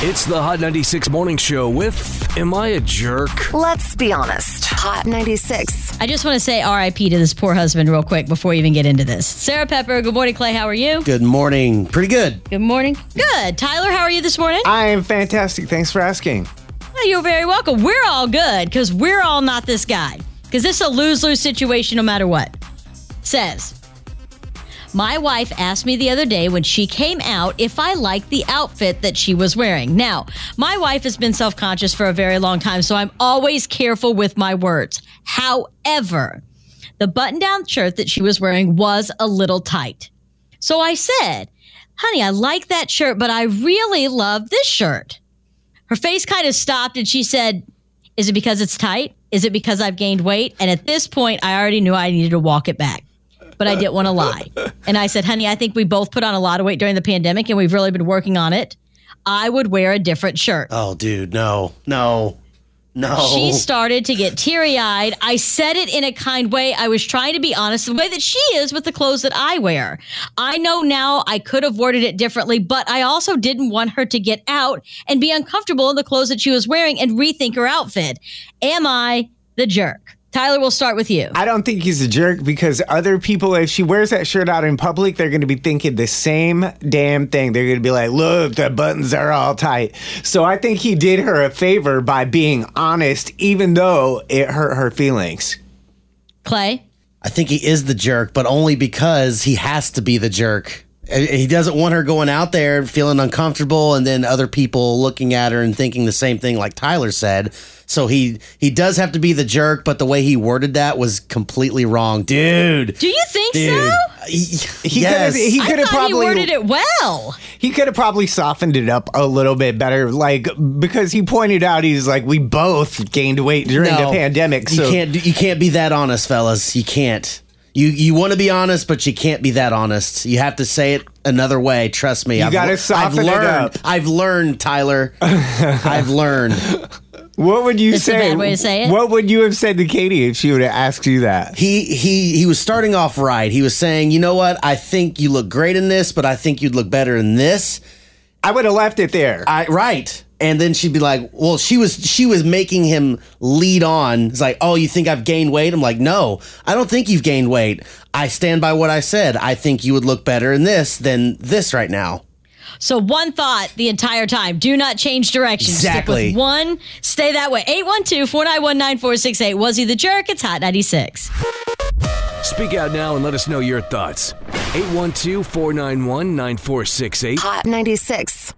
It's the Hot 96 Morning Show with Am I a Jerk? Let's be honest. Hot 96. I just want to say RIP to this poor husband real quick before we even get into this. Sarah Pepper, good morning, Clay. How are you? Good morning. Pretty good. Good morning. Good. Tyler, how are you this morning? I am fantastic. Thanks for asking. Oh, you're very welcome. We're all good because we're all not this guy. Because this is a lose lose situation no matter what. Says, my wife asked me the other day when she came out if I liked the outfit that she was wearing. Now, my wife has been self conscious for a very long time, so I'm always careful with my words. However, the button down shirt that she was wearing was a little tight. So I said, Honey, I like that shirt, but I really love this shirt. Her face kind of stopped and she said, Is it because it's tight? Is it because I've gained weight? And at this point, I already knew I needed to walk it back but I didn't want to lie. And I said, honey, I think we both put on a lot of weight during the pandemic and we've really been working on it. I would wear a different shirt. Oh, dude, no, no, no. She started to get teary eyed. I said it in a kind way. I was trying to be honest, the way that she is with the clothes that I wear. I know now I could have worded it differently, but I also didn't want her to get out and be uncomfortable in the clothes that she was wearing and rethink her outfit. Am I the jerk? Tyler, we'll start with you. I don't think he's a jerk because other people, if she wears that shirt out in public, they're going to be thinking the same damn thing. They're going to be like, look, the buttons are all tight. So I think he did her a favor by being honest, even though it hurt her feelings. Clay? I think he is the jerk, but only because he has to be the jerk. Uh, He doesn't want her going out there and feeling uncomfortable, and then other people looking at her and thinking the same thing, like Tyler said. So he he does have to be the jerk, but the way he worded that was completely wrong, dude. Do you think Dude. Uh, so? He yes. could have he I could have thought probably he worded it well. he could have probably softened it up a little bit better, like because he pointed out he's like we both gained weight during No, the pandemic. You So can't do- you can't be that honest, fellas. You can't. You you want to be honest, but you can't be that honest. You have to say it another way. Trust me. You gotta soften it learned, up. I've learned, Tyler. I've learned. what would you That's a say? bad way to say it. What would you have said to Katie if she would have asked you that? He he he was starting off right. He was saying, you know what? I think you look great in this, but I think you'd look better in this. I would have left it there. I right. And then she'd be like, "Well, she was she was making him lead on." It's like, "Oh, you think I've gained weight?" I'm like, "No, I don't think you've gained weight. I stand by what I said. I think you would look better in this than this right now." So one thought the entire time. Do not change direction. Exactly. Stick with one. Stay that way. 812-491-9468. Was he the jerk? It's Hot 96. Speak out now and let us know your thoughts. 812 491 9468. Hot 96.